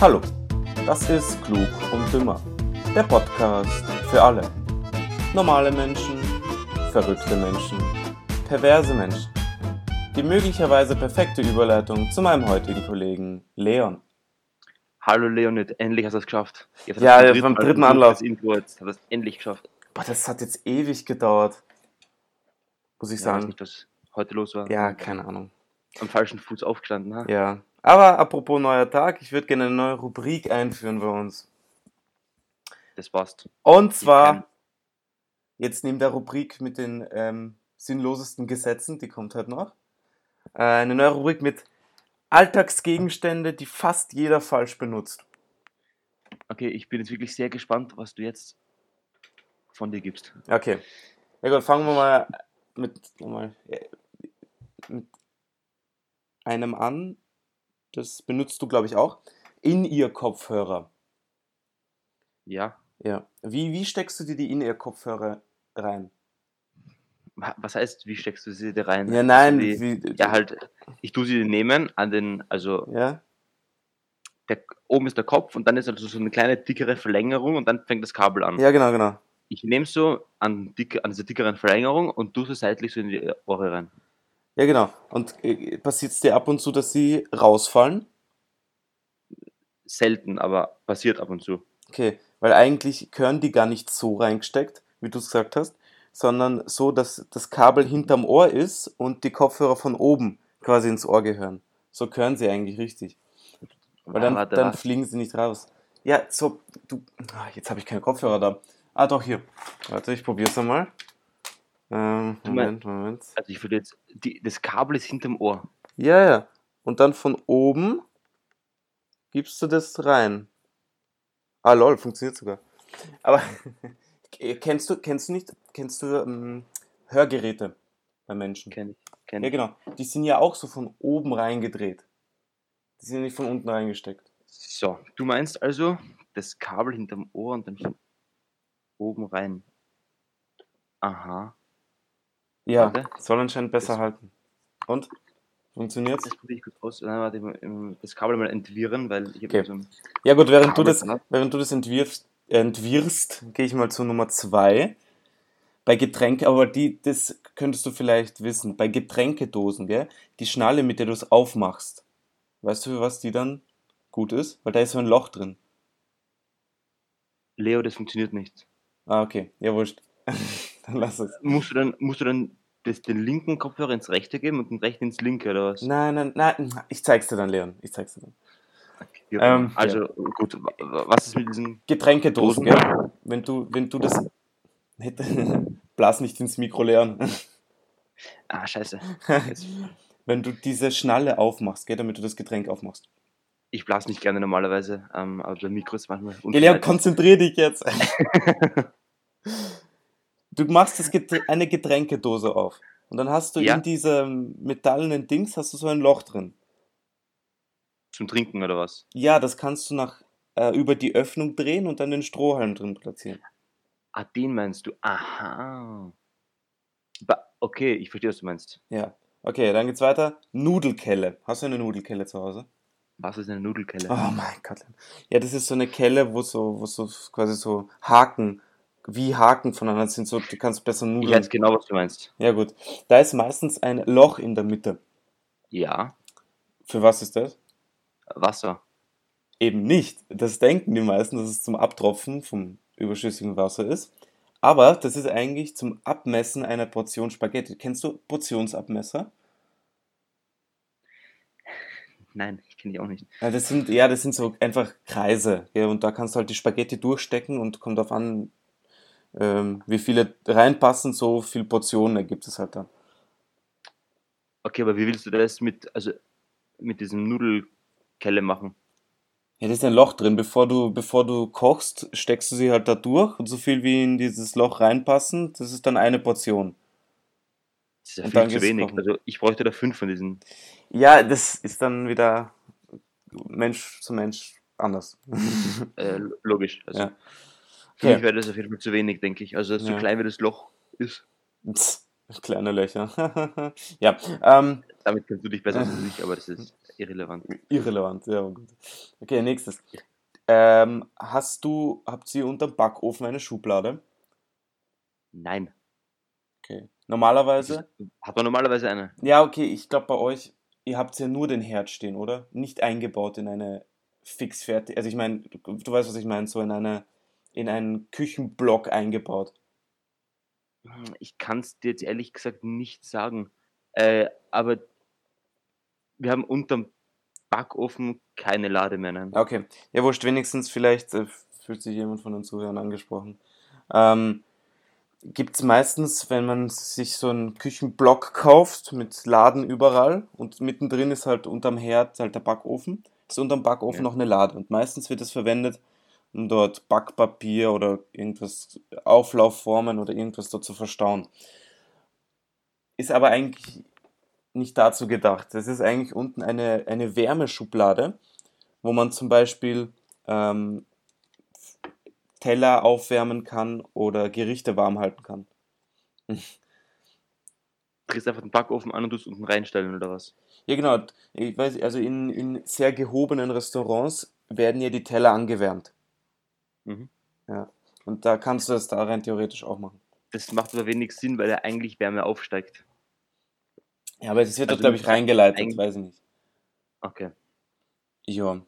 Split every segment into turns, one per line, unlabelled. Hallo, das ist Klug und Dümmer, der Podcast für alle. Normale Menschen, verrückte Menschen, perverse Menschen. Die möglicherweise perfekte Überleitung zu meinem heutigen Kollegen Leon.
Hallo Leonid, endlich hast du es geschafft. Jetzt
Ja,
hast du
beim
Mal
dritten
versucht,
Anlauf.
Das Intro jetzt hat es endlich geschafft.
Boah, das hat jetzt ewig gedauert. Muss ich
Ich weiß
sagen.
nicht, was heute los war.
Ja, keine Ahnung.
Am falschen Fuß aufgestanden. Ha?
Ja. Aber apropos neuer Tag, ich würde gerne eine neue Rubrik einführen bei uns.
Das passt.
Und
kann-
zwar jetzt neben der Rubrik mit den ähm, sinnlosesten Gesetzen, die kommt halt noch, äh, eine neue Rubrik mit Alltagsgegenstände, die fast jeder falsch benutzt.
Okay, ich bin jetzt wirklich sehr gespannt, was du jetzt von dir gibst.
Okay. Ja gut, fangen wir mal mit, mal, äh, mit einem an. Das benutzt du, glaube ich, auch. In ihr Kopfhörer.
Ja.
Ja. Wie, wie steckst du dir die in ihr Kopfhörer rein?
Wa- Was heißt, wie steckst du sie da rein?
Ja, nein.
Die-
Wie,
ja, halt, ich tue sie nehmen an den, also
Ja.
der, oben ist der Kopf und dann ist also so eine kleine dickere Verlängerung und dann fängt das Kabel an.
ja, genau, genau.
Ich nehme so an, dicke, an dieser dickeren Verlängerung und tue sie seitlich so in die Rohre rein.
Ja, genau. Und äh, passiert es dir ab und zu, dass sie rausfallen?
Selten, aber passiert ab und zu.
Okay, weil eigentlich gehören die gar nicht so reingesteckt, wie du es gesagt hast, sondern so, dass das Kabel hinterm Ohr ist und die Kopfhörer von oben quasi ins Ohr gehören. So gehören sie eigentlich richtig. Weil dann,
Ah, Warte,
dann
warte.
fliegen sie nicht raus. Ja, so, du. Ah, jetzt habe ich keine Kopfhörer da. Ah, doch, hier. Warte, ich probiere es einmal. Ähm,
Du mein-
Moment, Moment.
Also ich würde jetzt, die, das Kabel ist hinterm Ohr.
Ja, ja. Und dann von oben gibst du das rein. Ah, lol, funktioniert sogar. Aber äh, kennst du, kennst du nicht, kennst du ähm, Hörgeräte bei Menschen?
Kenn ich. Kenn
Ja,
ich.
genau. Die sind ja auch so von oben reingedreht. Die sind nicht von unten reingesteckt.
So, du meinst also das Kabel hinterm Ohr und dann von oben rein. Aha.
Ja,
Warte.
soll anscheinend besser
Das-
halten. Und? Funktioniert's?
Das probiere ich kurz aus. Nein, warte, ich mu- ich mu- das Kabel mal entwirren, weil ich habe
Okay.
so ein
Ja gut, während du
Kabel
das,
dran.
während du das entwirfst, äh, entwirrst, gehe ich mal zu Nummer zwei. Bei Getränke, aber die, das könntest du vielleicht wissen. Bei Getränkedosen, gell? Die Schnalle, mit der du es aufmachst. Weißt du, für was die dann gut ist? Weil da ist so ein Loch drin.
Leo, das funktioniert nicht.
Ah, okay. Ja, wurscht. dann lass es.
Musst du dann, musst du dann das, den linken Kopfhörer ins rechte geben und den rechten ins linke, oder was?
Nein, nein, nein. Ich zeig's dir dann, Leon. Ich zeig's dir dann.
Ja,
Ähm,
also gut, wa- wa- was ist mit diesen
Getränkedosen,
Dosen?
gell? Wenn du, wenn du das. Blas nicht ins Mikro, Leon.
Ah, scheiße. Jetzt-
Wenn du diese Schnalle aufmachst, gell, damit du das Getränk aufmachst.
Ich blase nicht gerne normalerweise, ähm, aber beim Mikro ist manchmal
Geleon,
unvermeidlich.
konzentrier dich jetzt. du machst das Get eine Getränkedose auf. Und dann hast du
Ja.
in diesem metallenen Dings hast du so ein Loch drin.
zum Trinken oder was?
Ja, das kannst du nach äh, über die Öffnung drehen und dann den Strohhalm drin platzieren.
Ah, den meinst du? Aha. Ba okay, ich verstehe, was du meinst.
Ja. Okay, dann geht's weiter. Nudelkelle. Hast du eine Nudelkelle zu Hause?
Was ist eine Nudelkelle?
Oh mein Gott. Ja, das ist so eine Kelle, wo so, wo so quasi so Haken, wie Haken voneinander sind, so du kannst besser
ich
Nudeln.
weiß genau, was du meinst.
Ja gut. Da ist meistens ein Loch in der Mitte.
Ja,
Für was ist das?
Wasser.
Eben nicht. Das denken die meisten, dass es zum Abtropfen vom überschüssigen Wasser ist. Aber das ist eigentlich zum Abmessen einer Portion Spaghetti. Kennst du Portionsabmesser?
Nein, ich kenne die auch nicht.
Ja, das sind, ja, das sind so einfach Kreise. Ja, und da kannst du halt die Spaghetti durchstecken und kommt darauf an, ähm, wie viele reinpassen, so viel Portionen ergibt es halt dann.
Okay, aber wie willst du das mit, also, mit diesem Nudelkelle machen?
Ja, das ist ein Loch drin. Bevor du, bevor du kochst, steckst du sie halt da durch und so viel wie in dieses Loch reinpassen, das ist dann eine Portion.
Das ist ja
Und
viel
dann
zu
geht's
wenig.
kochen.
Also ich bräuchte da fünf von diesen.
Ja, das ist dann wieder Mensch zu Mensch anders.
Äh, logisch. Also,
Ja.
Für
Okay.
mich wäre das auf jeden Fall zu wenig, denke ich. Also so
Ja.
klein wie das Loch ist.
Pst, Kleine Löcher. ja, ähm,
Damit kannst du dich besser als ich, aber das ist irrelevant.
Irrelevant, ja, gut. Okay, nächstes. Ähm, hast du, habt ihr unterm Backofen eine Schublade?
Nein.
Okay. Normalerweise?
Hat man normalerweise eine.
Ja, okay, ich glaube bei euch, ihr habt ja nur den Herd stehen, oder? Nicht eingebaut in eine fix fertig, also ich meine, du, du weißt, was ich meine, so in eine, in einen Küchenblock eingebaut.
Hm, Ich kann es dir jetzt ehrlich gesagt nicht sagen. Äh, aber wir haben unterm Backofen keine Lade mehr. Nein.
Okay, ja, wurscht, wenigstens vielleicht äh, fühlt sich jemand von den Zuhörern angesprochen. Ähm, Gibt es meistens, wenn man sich so einen Küchenblock kauft mit Laden überall und mittendrin ist halt unterm Herd halt der Backofen, ist unterm Backofen
Ja.
noch eine Lade und meistens wird das verwendet, um dort Backpapier oder irgendwas, Auflaufformen oder irgendwas dort zu verstauen. Ist aber eigentlich nicht dazu gedacht. Das ist eigentlich unten eine, eine Wärmeschublade, wo man zum Beispiel ähm, Teller aufwärmen kann oder Gerichte warm halten kann.
Du drehst einfach den Backofen an und tust unten reinstellen oder was?
Ja, genau. Ich weiß, also in, in sehr gehobenen Restaurants werden ja die Teller angewärmt.
Mhm.
Ja. Und da kannst du das da rein theoretisch auch machen.
Das macht aber wenig Sinn, weil er eigentlich Wärme aufsteigt.
Ja, aber es wird dort,
Also
glaube ich, reingeleitet,
eigentlich-
weiß ich nicht.
Okay.
Ja.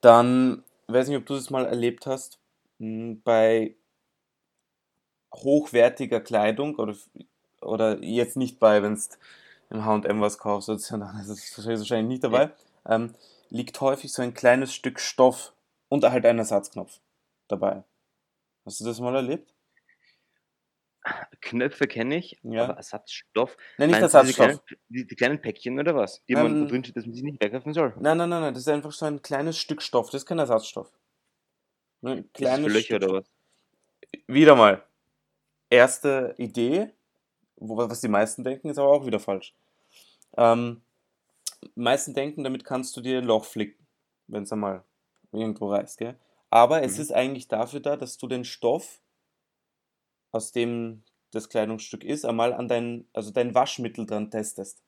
Dann, weiß nicht, ob du das mal erlebt hast, mh, bei hochwertiger Kleidung oder, oder jetzt nicht bei, wenn du im H&M was kaufst, oder so, dann ist es wahrscheinlich nicht dabei, ähm, liegt häufig so ein kleines Stück Stoff und halt ein Ersatzknopf dabei. Hast du das mal erlebt?
Knöpfe kenne ich,
Ja.
aber Ersatzstoff.
Nein, nicht
Meinst du diese
Ersatzstoff. Ähm,
kleinen- Die, die kleinen Päckchen oder was? Die
Nein,
man
nein.
drin steht, dass man sie nicht wegwerfen soll.
Nein, nein, nein, nein, das ist einfach so ein kleines Stück Stoff, das ist kein Ersatzstoff. Nur Ein
Ist das für
kleines
Löcher
Stück
oder was?
wieder mal. Erste Idee, wo, was die meisten denken, ist aber auch wieder falsch. Ähm, meisten denken, damit kannst du dir ein Loch flicken, wenn es einmal irgendwo reißt, gell? Aber es
Mhm.
ist eigentlich dafür da, dass du den Stoff, aus dem das Kleidungsstück ist, einmal an dein, also dein Waschmittel dran testest.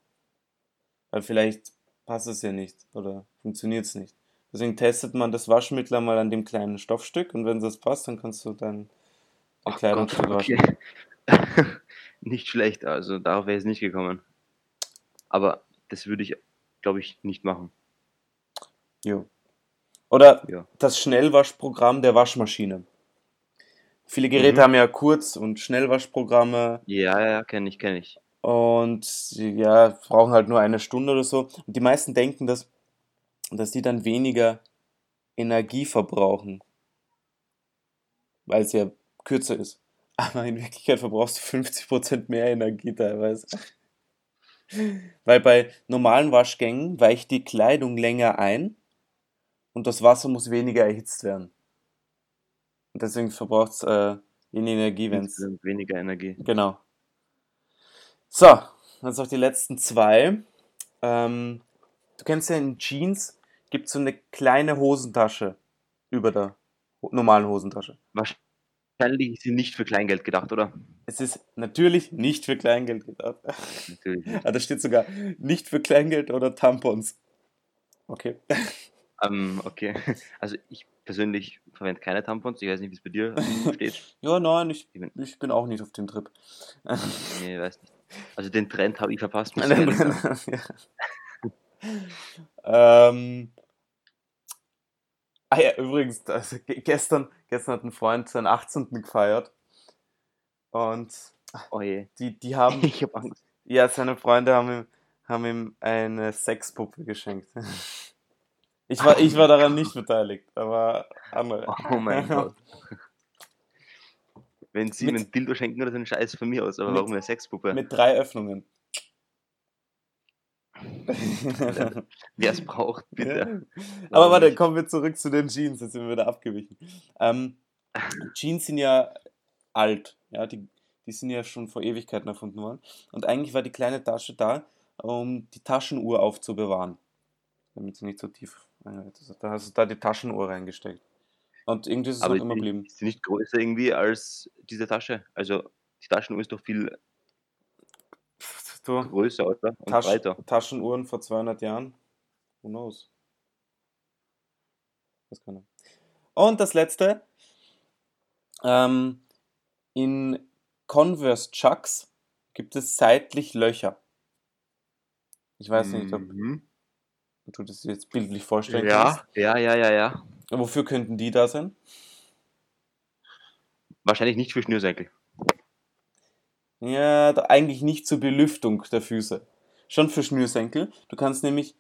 Weil vielleicht passt es ja nicht oder funktioniert es nicht. Deswegen testet man das Waschmittel einmal an dem kleinen Stoffstück und wenn das passt, dann kannst du dein dein
Ach
Kleidungsstück
Oh Gott,
waschen.
okay. nicht schlecht, also darauf wäre ich nicht gekommen. Aber das würde ich, glaube ich, nicht machen.
Jo. Oder
Ja.
das Schnellwaschprogramm der Waschmaschine. Viele Geräte
Mhm.
haben ja Kurz- und Schnellwaschprogramme
Ja, ja, kenne ich, kenne ich.
und sie, ja, brauchen halt nur eine Stunde oder so. Und die meisten denken, dass, dass die dann weniger Energie verbrauchen, weil es ja kürzer ist. Aber in Wirklichkeit verbrauchst du 50% mehr Energie teilweise. Weil bei normalen Waschgängen weicht die Kleidung länger ein und das Wasser muss weniger erhitzt werden. Und deswegen verbraucht es äh, wenig Energie, wenn es.
Insgesamt weniger Energie.
Genau. So, jetzt noch die letzten zwei. Ähm, du kennst ja in Jeans, gibt es so eine kleine Hosentasche über der ho- normalen Hosentasche.
Wahrscheinlich ist sie nicht für Kleingeld gedacht, oder?
Es ist natürlich nicht für Kleingeld gedacht.
Natürlich nicht.
Ah, da steht sogar nicht für Kleingeld oder Tampons. Okay.
Ähm, okay. Also ich persönlich verwende keine Tampons. Ich weiß nicht, wie es bei dir steht.
Ja, nein, ich,
Ich bin-
ich bin auch nicht auf dem Trip.
Nee, weiß nicht. Also den Trend habe ich verpasst. muss ich ehrlich sagen.
ja. ähm, ah ja, übrigens, also ge- gestern, gestern hat ein Freund seinen 18. gefeiert. Und
Oh je.
die, die haben,
Ich habe Angst.
ja, seine Freunde haben ihm, haben ihm eine Sexpuppe geschenkt. Ich war, ich war daran nicht beteiligt, aber andere.
Oh mein Gott. Wenn sie
Mit-
mir ein Dildo schenken oder so einen Scheiß von mir aus, aber
Mit-
warum eine Sexpuppe?
Mit drei Öffnungen.
Wer es braucht, bitte.
Ja.
Warum
Aber warte,
nicht?
kommen wir zurück zu den Jeans. Jetzt sind wir wieder abgewichen. Ähm, Jeans sind ja alt. Ja, die, die sind ja schon vor Ewigkeiten erfunden worden. Und eigentlich war die kleine Tasche da, um die Taschenuhr aufzubewahren. Damit sie nicht so tief. Also da hast du da die Taschenuhr reingesteckt. Und irgendwie ist es
Aber
auch immer
die-
geblieben.
Ist sie nicht größer irgendwie als diese Tasche? Also die Taschenuhr ist doch viel
Vielleicht du,
größer, oder? Und
Tasch
breiter.
Taschenuhren vor 200 Jahren. Who knows? Das kann er. Und das letzte. Ähm, in Converse Chucks gibt es seitlich Löcher. Ich weiß nicht, ob
Mhm.
du das jetzt bildlich vorstellen kannst.
Ja, ja, ja, ja, ja.
Wofür könnten die da sein?
Wahrscheinlich nicht für Schnürsenkel.
Ja, da- eigentlich nicht zur Belüftung der Füße. Schon für Schnürsenkel. Du kannst nämlich,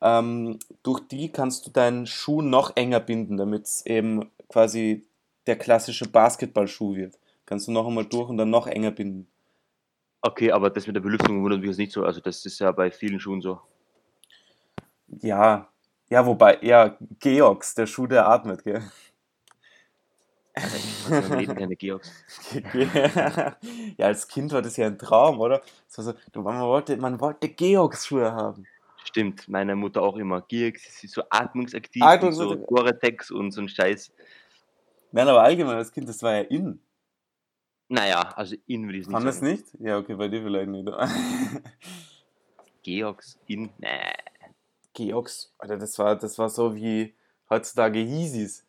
ähm, durch die kannst du deinen Schuh noch enger binden, damit es eben quasi der klassische Basketballschuh wird. Kannst du noch einmal durch und dann noch enger binden.
Okay, aber das mit der Belüftung wundert mich jetzt nicht so. Also das ist ja bei vielen Schuhen so.
Ja, ja, wobei, ja, Georgs, der Schuh, der atmet, gell?
Also wir reden keine Georgs.
ja, als Kind war das ja ein Traum, oder? Das war so, du, man wollte, man wollte Georgs-Schuhe haben.
Stimmt, meine Mutter auch immer. Georgs, sie ist so atmungsaktiv
Atmungs-
und so Gore-Tex und so ein Scheiß.
Nein, aber allgemein als Kind, das war ja in.
Naja, also in würde ich es nicht
Haben das
sagen.
nicht? Ja, okay, bei dir vielleicht nicht.
Georgs, in, nee.
Georgs, Alter, das war, das war so wie heutzutage Yeezys.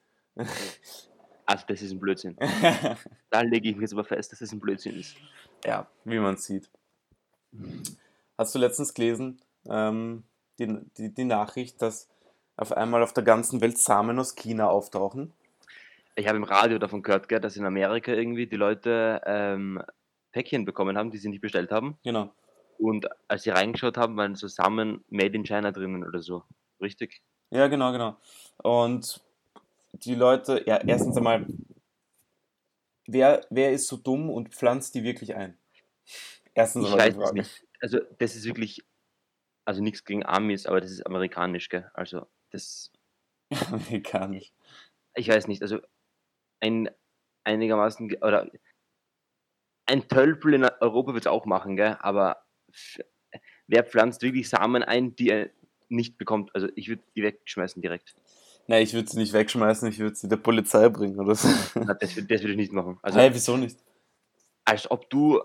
Also das ist ein Blödsinn. Da lege ich mich jetzt aber fest, dass das ein Blödsinn ist.
ja, wie man sieht. Hast du letztens gelesen, ähm, die, die, die Nachricht, dass auf einmal auf der ganzen Welt Samen aus China auftauchen?
Ich habe im Radio davon gehört, gell, dass in Amerika irgendwie die Leute ähm, Päckchen bekommen haben, die sie nicht bestellt haben.
Genau.
Und als sie reingeschaut haben, waren so Samen Made in China drinnen oder so. Richtig?
Ja, genau, genau. Und die Leute, ja, erstens einmal, wer, wer ist so dumm und pflanzt die wirklich ein? Erstens
Ich
einmal die
weiß es
Frage.
nicht. Also das ist wirklich, also nichts gegen Amis, aber das ist amerikanisch, gell? Also das,
Amerikanisch.
ich weiß nicht, also ein einigermaßen, ge- oder ein Tölpel in Europa wird es auch machen, gell? Aber f- wer pflanzt wirklich Samen ein, die er nicht bekommt? Also ich würde die wegschmeißen direkt.
Nein, ich würde sie nicht wegschmeißen, ich würde sie der Polizei bringen oder so.
Na, das würde das würd ich nicht machen. Also
Hey, wieso nicht?
als ob du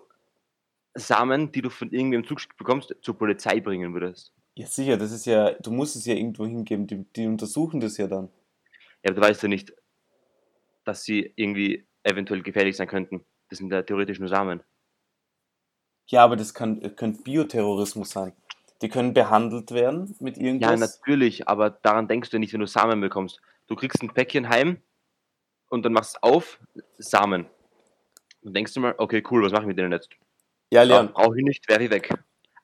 Samen, die du von irgendwem zugeschickt bekommst, zur Polizei bringen würdest.
Ja, sicher, das ist ja, du musst es ja irgendwo hingeben, die, die untersuchen das ja dann.
Ja, aber du weißt ja nicht, dass sie irgendwie eventuell gefährlich sein könnten. Das sind ja theoretisch nur Samen.
Ja, aber das kann, äh, könnte Bioterrorismus sein. Die können behandelt werden mit
Ja,
irgendwas.
natürlich, aber daran denkst du ja nicht, wenn du Samen bekommst. Du kriegst ein Päckchen heim und dann machst du auf Samen. Und denkst du mal, okay, cool, was mache ich mit denen jetzt?
Ja,
Ja,
Leon,
brauche ich nicht, werfe ich weg.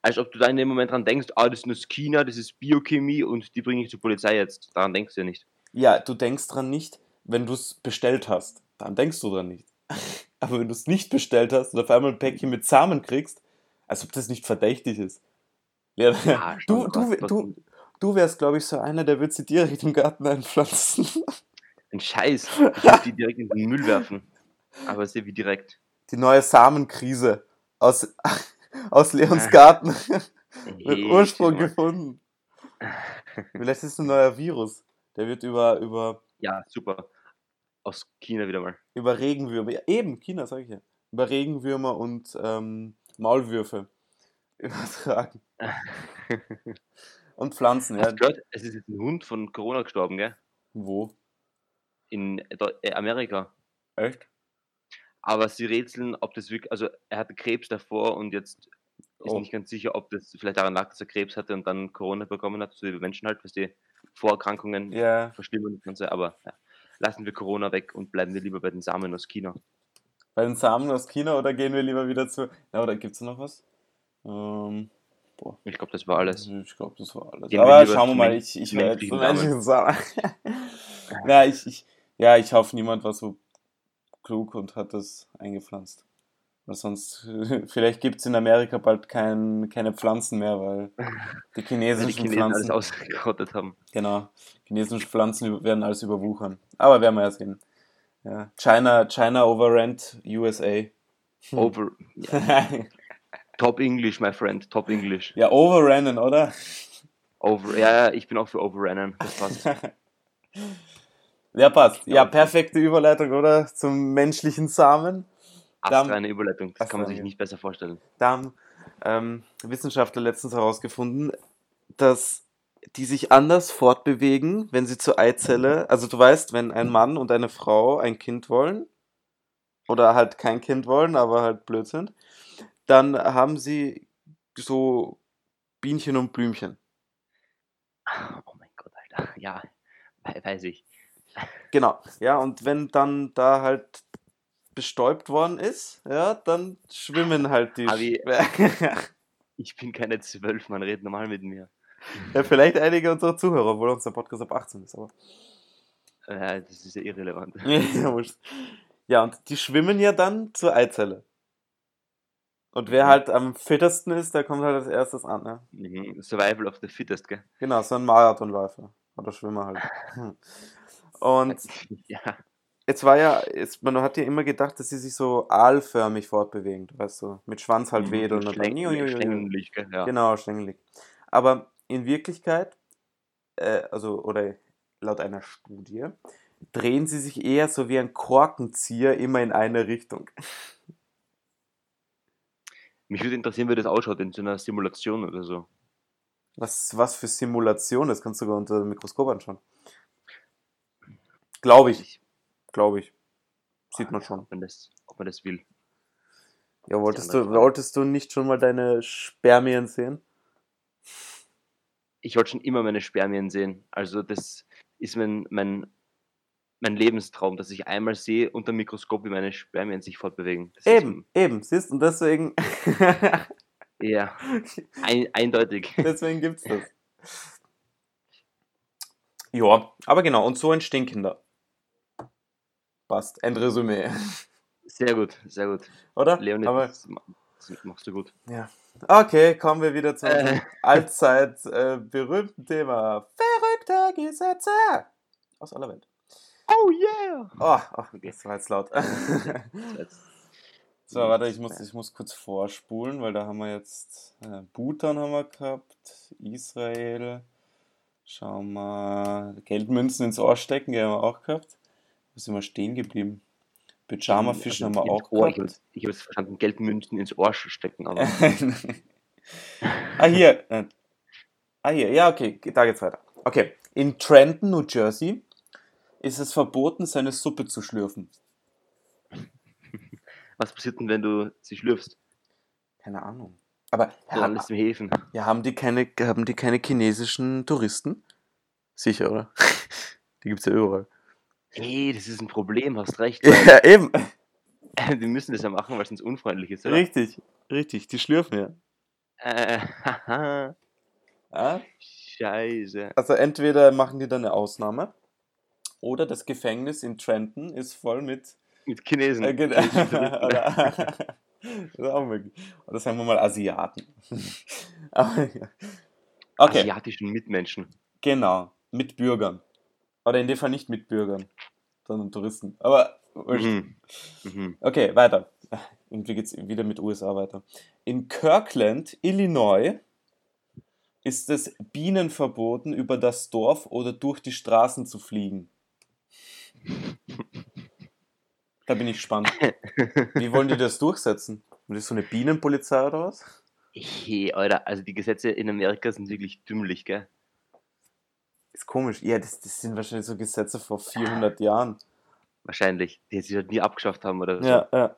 Als ob du da in dem Moment dran denkst, ah, das ist nur China, das ist Biochemie und die bringe ich zur Polizei jetzt. Daran denkst du ja nicht.
ja, du denkst dran nicht, wenn du es bestellt hast. Dann denkst du dran nicht. Aber wenn du es nicht bestellt hast und auf einmal ein Päckchen mit Samen kriegst, als ob das nicht verdächtig ist. Leon,
Ja, Ah, also
du,
schon,
du,
aber
du, du wärst, glaube ich, so einer, der würde sie direkt im Garten einpflanzen.
Ein Scheiß. Ich würde die direkt in den Müll werfen. Aber sehr wie direkt.
Die neue Samenkrise aus, aus Leons
Ah.
Garten. Mit
Hey,
Ursprung
Junge.
gefunden. Vielleicht ist es ein neuer Virus. Der wird über, über,
Ja, super. Aus China wieder mal.
über Regenwürmer, ja, eben, China, sag ich ja, über Regenwürmer und ähm, Maulwürfe übertragen. Und Pflanzen, ja.
Hast du gehört, es ist jetzt ein Hund von Corona gestorben, gell?
Wo?
In Deu- äh, Amerika.
Echt?
Aber sie rätseln, ob das wirklich. Also, er hatte Krebs davor und jetzt ist
Oh.
nicht ganz sicher, ob das vielleicht daran lag, dass er Krebs hatte und dann Corona bekommen hat. So wie Menschen halt, was die Vorerkrankungen
Ja,
verschlimmern und das Ganze. Aber ja. lassen wir Corona weg und bleiben wir lieber bei den Samen aus China.
bei den Samen aus China oder gehen wir lieber wieder zu. Na, oder gibt's noch was? Ähm,
Ich glaube, das war alles.
Mhm, Ich glaube, das war alles.
Gehen wir
Aber
lieber
schauen wir
zum
mal,
Men-
ich, ich
zum
werde zum menschlichen
menschlichen
Samen. ja, ich, ich, ja, ich hoffe, niemand war so klug und hat das eingepflanzt. Weil sonst, vielleicht gibt es in Amerika bald kein, keine Pflanzen mehr, weil die
Weil die
chinesischen
Chinesen alles
Pflanzen,
ausgerottet haben.
genau, chinesische Pflanzen über- werden alles überwuchern. Aber werden wir ja sehen. Ja. China, China overrent USA. Hm.
Over. Top English, my friend. Top English.
ja, overrennen, oder?
Over. Ja, ja, ich bin auch für Overrennen. Das passt.
Ja, passt. Ja,
Ja.
perfekte Überleitung, oder? Zum menschlichen Samen.
Astreine Überleitung. Das kann man
Astreine.
sich nicht besser vorstellen.
Darm. ähm, Wissenschaftler letztens herausgefunden, dass die sich anders fortbewegen, wenn sie zur Eizelle, also du weißt, wenn ein Mann und eine Frau ein Kind wollen oder halt kein Kind wollen, aber halt blöd sind, dann haben sie so Bienchen und Blümchen.
Oh mein Gott, Alter. Ja, we- weiß ich.
Genau, ja, und wenn dann da halt bestäubt worden ist, ja, dann schwimmen halt die.
Abi.
Sch-
Ich bin keine zwölf, man redet normal mit mir.
ja, vielleicht einige unserer Zuhörer, obwohl unser Podcast ab 18 ist, aber.
Äh, das ist ja irrelevant.
Ja, wurscht. ja, und die schwimmen ja dann zur Eizelle. Und wer halt am fittesten ist, der kommt halt als erstes an, ne?
Mhm. Survival of the fittest, gell?
Genau, so ein Marathonläufer. Oder Schwimmer halt. Und
Ja.
jetzt war ja, jetzt, man hat ja immer gedacht, dass sie sich so aalförmig fortbewegen, weißt du, mit Schwanz halt wedeln und dann. Iu, iu, iu, iu.
Schlänglich, gell? Ja.
Genau, schlängelig. Aber in Wirklichkeit, äh, also, oder laut einer Studie, drehen sie sich eher so wie ein Korkenzieher immer in eine Richtung.
Mich würde interessieren, wie das ausschaut in so einer Simulation oder so.
Was, was für Simulation, das kannst du sogar unter dem Mikroskop anschauen. Glaube ich,
Ich,
glaube ich. Sieht man schon.
ob, man das, ob man das will.
Ja, wolltest du,
andere Frage.
wolltest du nicht schon mal deine Spermien sehen?
Ich wollte schon immer meine Spermien sehen. Also das ist mein, mein, mein Lebenstraum, dass ich einmal sehe unter dem Mikroskop, wie meine Spermien sich fortbewegen. Das
Eben, eben, siehst und deswegen,
Ist, ja, ein, eindeutig.
deswegen gibt's das. Ja, aber genau, und so entstehen Kinder. Passt, Endresümee,
Sehr gut, sehr gut.
oder?
Leonid,
aber,
das, ma- das machst du gut.
Okay, kommen wir wieder zu unserem
Äh.
allzeit äh, berühmten Thema. Verrückte Gesetze aus aller Welt.
Oh yeah!
Oh, oh
Okay.
das war jetzt laut. so,
Ja,
warte,
das
ich
ist
muss,
fair.
ich muss kurz vorspulen, weil da haben wir jetzt äh, Bhutan haben wir gehabt, Israel. Schau mal, Geldmünzen ins Ohr stecken, die haben wir auch gehabt. Wo sind wir stehen geblieben? Pyjama-Fischen
Also
haben wir auch
Ohr, Ich
gehabt.
habe es verstanden, Geldmünzen ins Ohr stecken, aber
Äh. ah, hier. äh, Ah, hier. Ja, okay, da geht's weiter. Okay. In Trenton, New Jersey, ist es verboten, seine Suppe zu schlürfen.
was passiert denn, wenn du sie schlürfst?
Keine Ahnung. Aber
Du
haben,
landest im Häfen.
ja, haben, die keine, haben die keine chinesischen Touristen? Sicher, oder? Die gibt's ja überall.
Hey, das ist ein Problem, hast recht.
Ja, eben.
Die müssen das ja machen, weil es uns unfreundlich ist, oder?
Richtig, richtig. Die schlürfen ja.
Äh, haha,
ja.
scheiße.
Also entweder machen die dann eine Ausnahme oder das Gefängnis in Trenton ist voll mit
Mit Chinesen.
Äh, genau.
Chinesischen Touristen.
Oder, das ist auch möglich. Oder sagen wir mal Asiaten. Aber, ja. okay,
Asiatischen Mitmenschen.
genau. Mit Bürgern. Oder in dem Fall nicht mit Bürgern, sondern Touristen. Aber wurscht.
Mhm. Mhm.
okay, weiter. Irgendwie geht's wieder mit USA weiter. In Kirkland, Illinois, ist es Bienen verboten, über das Dorf oder durch die Straßen zu fliegen. Da bin ich gespannt. Wie wollen die das durchsetzen? Ist das so eine Bienenpolizei oder was?
Hey, Alter, also die Gesetze in Amerika sind wirklich dümmlich, gell?
Ist komisch. Ja, das, das sind wahrscheinlich so Gesetze vor 400 Jahren.
Wahrscheinlich. Die sie halt nie abgeschafft haben oder so.
Ja, ja.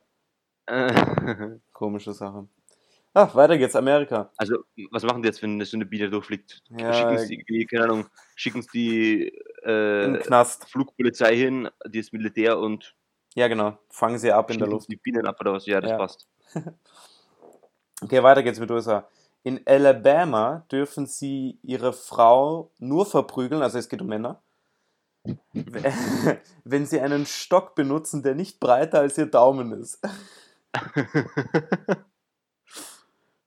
Äh,
Komische Sache. Ach, Ah, weiter geht's, Amerika.
Also, was machen die jetzt, wenn so eine Biene durchfliegt?
Ja,
schicken sie irgendwie, keine Ahnung, schicken sie die
Im
äh,
Knast.
Flugpolizei hin, die ist Militär und
Ja, genau. Fangen sie ab in der
schießen
Luft.
die Bienen ab oder was? Ja, das
Ja.
passt.
Okay, weiter geht's mit USA. In Alabama dürfen sie ihre Frau nur verprügeln, also es geht um Männer, wenn sie einen Stock benutzen, der nicht breiter als ihr Daumen ist.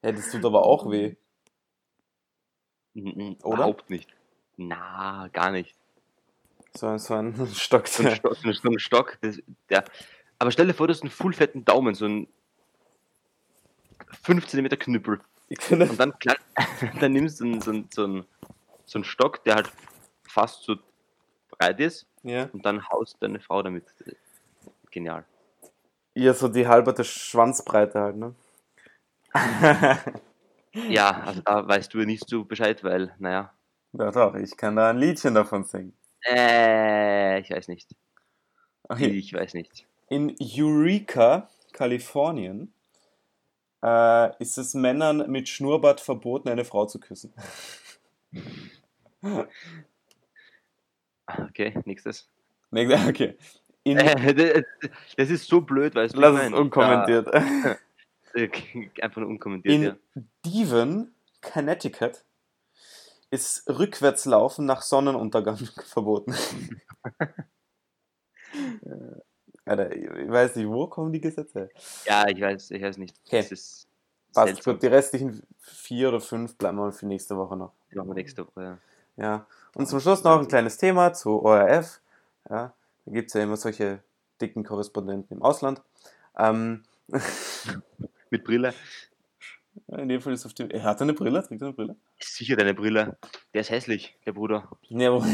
Ja, das tut aber auch weh.
N- n-
Oder?
Mhm, Überhaupt nicht. Na, gar nicht.
So, ein- so ein Stock.
So ein Stock, so ein Stock das, der, aber stell dir vor, du hast einen full fetten Daumen, so ein 5 cm Knüppel. Und dann, klar, dann nimmst du einen- so einen, so, einen, so einen Stock, der halt fast so breit ist,
Ja.
und dann haust deine Frau damit. Genial.
Ja, so die halberte Schwanzbreite halt, ne?
Ja, also da weißt du ja nicht so Bescheid, weil, naja.
Ja, doch, ich kann da ein Liedchen davon singen.
Äh, ich weiß nicht.
Okay.
Ich weiß nicht.
In Eureka, Kalifornien, äh, ist es Männern mit Schnurrbart verboten, eine Frau zu küssen.
Okay, nächstes.
Nee, Okay. In,
Äh, d- d- das ist so blöd, weißt du?
lass
ich
es
mein,
unkommentiert.
da- äh, einfach nur unkommentiert,
In
ja.
Devon, Connecticut, ist Rückwärtslaufen nach Sonnenuntergang verboten. Alter, ich ich weiß nicht, wo kommen die Gesetze? her?
Ja, ich weiß, ich weiß nicht.
Okay.
Das ist
Passt
seltsam.
gut, die restlichen vier oder fünf bleiben wir für nächste Woche noch.
Das Machen wir nächste Woche. Ja.
Ja. Und zum Schluss noch ein kleines Thema zu ORF. Ja, da gibt es ja immer solche dicken Korrespondenten im Ausland. Ähm,
Mit Brille.
in dem Fall ist auf dem. Er hat eine Brille, trägt er eine Brille.
Ist sicher deine Brille. Der ist hässlich, der Bruder.
Ja, wo-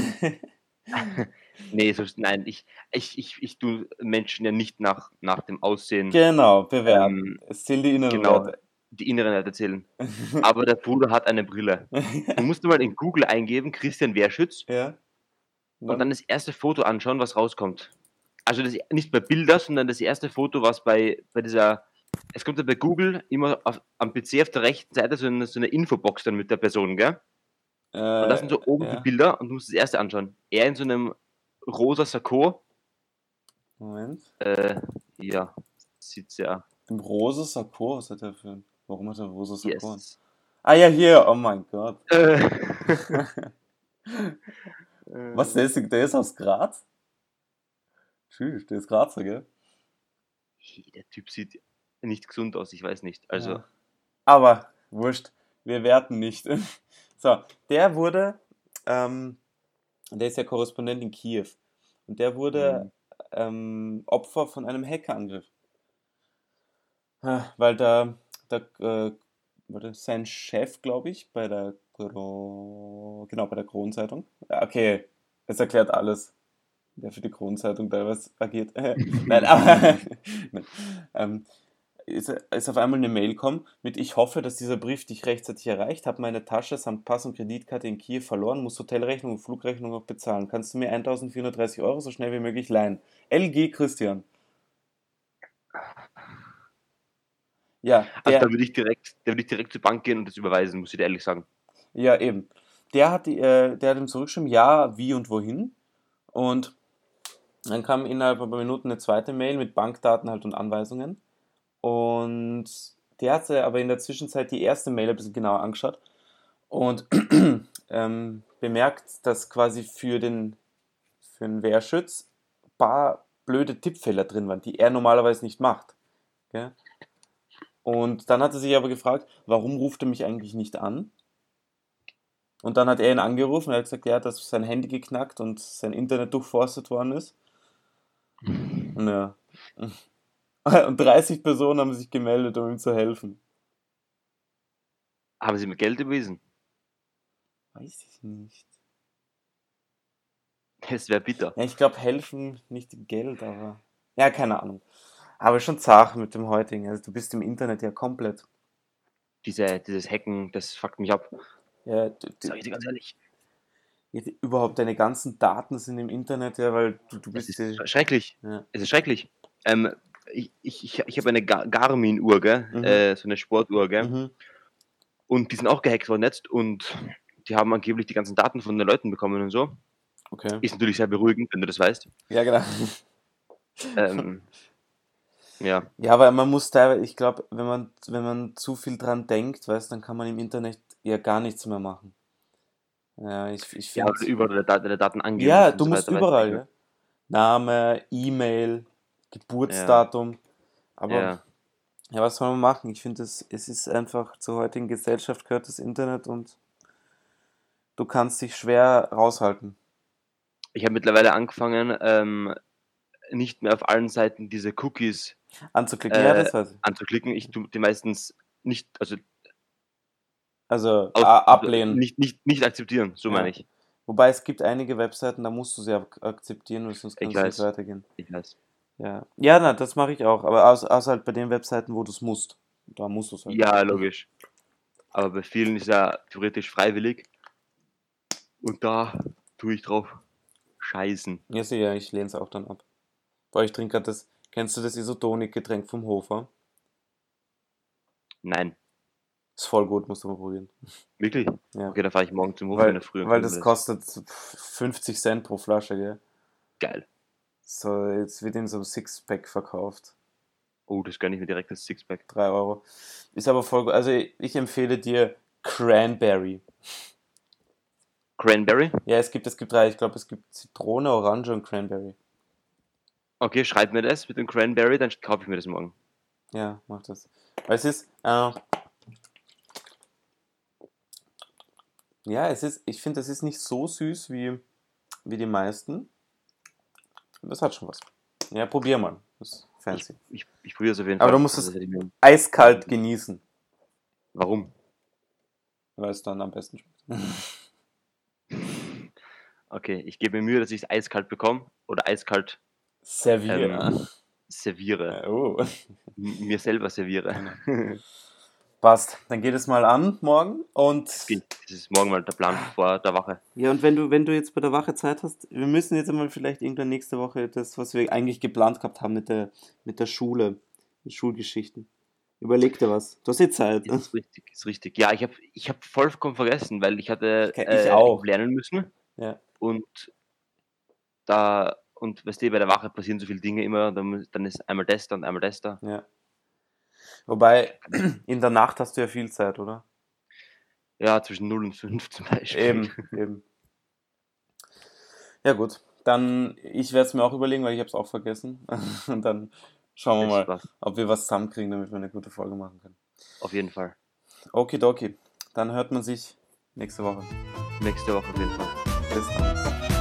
Nee, so, nein, ich, ich, ich, ich tue Menschen ja nicht nach, nach dem Aussehen
genau, bewerben.
ähm,
es zählen die
genau.
Innenwerte.
die inneren Werte zählen. Aber der Bruder hat eine Brille. Du musst nur mal in Google eingeben, Christian Wehrschütz,
ja.
und dann das erste Foto anschauen, was rauskommt. Also das, nicht bei Bilder, sondern das erste Foto, was bei, bei dieser, es kommt ja bei Google immer auf, am PC auf der rechten Seite so eine, so eine Infobox dann mit der Person, gell?
äh,
Und das sind so oben
ja.
die Bilder und du musst das erste anschauen. Er in so einem rosa Sakko,
Moment.
äh, ja, sieht sehr,
Im rosa Sakko, was hat er für ein. Warum hat er rosa
yes.
Sakko? an? Ah ja, hier, oh mein Gott.
Äh,
Was, der ist, der ist aus Graz? Tschüss, der ist Grazer, gell?
Hey, Der Typ sieht nicht gesund aus, ich weiß nicht. Also,
Ja. Aber, wurscht, wir werten nicht. So, der wurde, ähm, der ist ja Korrespondent in Kiew. Und der wurde
Mhm.
ähm, Opfer von einem Hackerangriff. Ah, Weil da, da äh, wurde sein Chef, glaube ich, bei der Gro genau, bei der Kronenzeitung. Ja, okay, es erklärt alles. Wer für die Kronenzeitung teilweise agiert. Nein, aber Nein. ähm, ist, ist auf einmal eine Mail gekommen mit Ich hoffe, dass dieser Brief dich rechtzeitig erreicht. Habe meine Tasche samt Pass und Kreditkarte in Kiew verloren, muss Hotelrechnung und Flugrechnung noch bezahlen. Kannst du mir 1430 Euro so schnell wie möglich leihen? LG Christian. Ja,
also
der,
da würde ich direkt, da würde ich direkt zur Bank gehen und das überweisen, muss ich dir ehrlich sagen.
ja eben. Der hat, die, äh, der hat ihm zurückgeschrieben, ja, wie und wohin. Und dann kam innerhalb ein paar Minuten eine zweite Mail mit Bankdaten halt und Anweisungen. Und der hat sich aber in der Zwischenzeit die erste Mail ein bisschen genauer angeschaut und ähm, bemerkt, dass quasi für den, für den Wehrschütz ein paar blöde Tippfehler drin waren, die er normalerweise nicht macht. Gell? Und dann hat er sich aber gefragt, warum ruft er mich eigentlich nicht an? Und dann hat er ihn angerufen, er hat gesagt, ja, dass sein Handy geknackt und sein Internet durchforstet worden ist. Ja. Und 30 Personen haben sich gemeldet, um ihm zu helfen.
Haben sie mir Geld überwiesen?
Weiß ich nicht.
Das wäre bitter.
Ja, ich glaube, helfen nicht im Geld, aber. Ja, keine Ahnung. Aber schon zart mit dem heutigen. Also, du bist im Internet ja komplett.
Diese, dieses Hacken, das fuckt mich ab.
Ja, du,
Sag ich dir ganz ehrlich.
du, überhaupt deine ganzen Daten sind im Internet, ja, weil du, du
Das
bist.
ist
ja-
schrecklich.
Ja.
Es ist schrecklich. Ähm, ich ich, ich, ich habe eine Ga- Garmin-Uhr, gell?
Mhm.
Äh, so eine Sportuhr, gell?
Mhm.
Und die sind auch gehackt worden jetzt und die haben angeblich die ganzen Daten von den Leuten bekommen und so.
Okay.
Ist natürlich sehr beruhigend, wenn du das weißt.
Ja, genau.
Ähm, ja,
Ja, aber man muss da, ich glaube, wenn man, wenn man zu viel dran denkt, weißt, dann kann man im Internet ja gar nichts mehr machen. Ja, ich, ich
ja
finde.
also überall deine Dat- deine Daten angeben.
Ja,
musst und
du
so
musst
weiter, weiter,
überall,
gell?
ja. Name, E-Mail, Geburtsdatum. Aber ja.
Ja,
was soll man machen? Ich finde, es, es ist einfach zur heutigen Gesellschaft gehört das Internet und du kannst dich schwer raushalten.
ich habe mittlerweile angefangen, ähm, nicht mehr auf allen Seiten diese Cookies
Anzuklicken, ja,
Äh,
das weiß ich.
anzuklicken. Ich tue die meistens nicht, also
Also
aus-
a- ablehnen.
nicht, nicht, nicht akzeptieren, so
Ja.
meine ich.
Wobei es gibt einige Webseiten, da musst du sie ak- akzeptieren, weil sonst
Ich
kannst du nicht
weiß.
weitergehen.
Ich weiß.
Ja, ja, na, das mache ich auch, aber außer, außer halt bei den Webseiten, wo du es musst. Da musst du es halt.
Ja, logisch. Aber bei vielen ist er theoretisch freiwillig. Und da tue ich drauf scheißen.
Ja, sicher, ich lehne es auch dann ab. Weil ich trinke gerade das. Kennst du das Isotonik-Getränk vom Hofer?
Nein,
Ist voll gut, musst du mal probieren.
wirklich?
Ja.
Okay, da fahre ich morgen zum Hof in
weil
der Früh. und
weil
hol mir
das kostet 50 Cent pro Flasche, gell?
Geil.
So, jetzt wird in so einem Sixpack verkauft.
Oh, das gönne ich mir direkt das Sixpack.
3 Euro. Ist aber voll gut. Also ich empfehle dir Cranberry.
Cranberry?
Ja, es gibt, es gibt drei. Ich glaube, es gibt Zitrone, Orange und Cranberry.
Okay, schreib mir das mit dem Cranberry, dann kaufe ich mir das morgen.
Ja, mach das. Weil es ist, äh, ja, es ist, ich finde, es ist nicht so süß wie, wie die meisten. Das hat schon was. Ja, probier mal. Das ist fancy.
Ich, ich probiere es auf jeden
Aber
Fall. Also,
du musst es-
Das hätte ich mir-
Eiskalt genießen,
Warum?
weil es dann am besten schmeckt.
Okay, ich gebe mir Mühe, dass ich es eiskalt bekomme oder eiskalt
Servieren.
serviere.
Äh, oh.
M- Mir
Genau.
selber serviere.
Passt. Dann geht es mal an morgen und.
Okay, Das ist morgen mal der Plan vor der Wache.
Ja, und wenn du, wenn du jetzt bei der Wache Zeit hast, wir müssen jetzt einmal vielleicht irgendwann nächste Woche das, was wir eigentlich geplant gehabt haben mit der, mit der Schule, mit Schulgeschichten. Überleg dir was. Du hast jetzt Zeit.
Ist es richtig, ist richtig. Ja, ich habe ich hab vollkommen vergessen, weil ich hatte äh,
Ich- ich auch.
lernen müssen.
Ja.
Und da, und weißt du, bei der Wache passieren so viele Dinge immer, dann, muss- dann ist einmal das da und einmal das da.
Ja. Wobei, in der Nacht hast du ja viel Zeit, oder?
Ja, zwischen 0 und 5 zum Beispiel.
Eben, eben. Ja, gut. Dann, ich werde es mir auch überlegen, weil ich habe es auch vergessen. Und dann schauen wir
Das
mal,
war's.
ob wir was zusammenkriegen, damit wir eine gute Folge machen können.
Auf jeden Fall.
Okidoki. Dann hört man sich nächste Woche.
Nächste Woche auf jeden Fall.
Bis dann.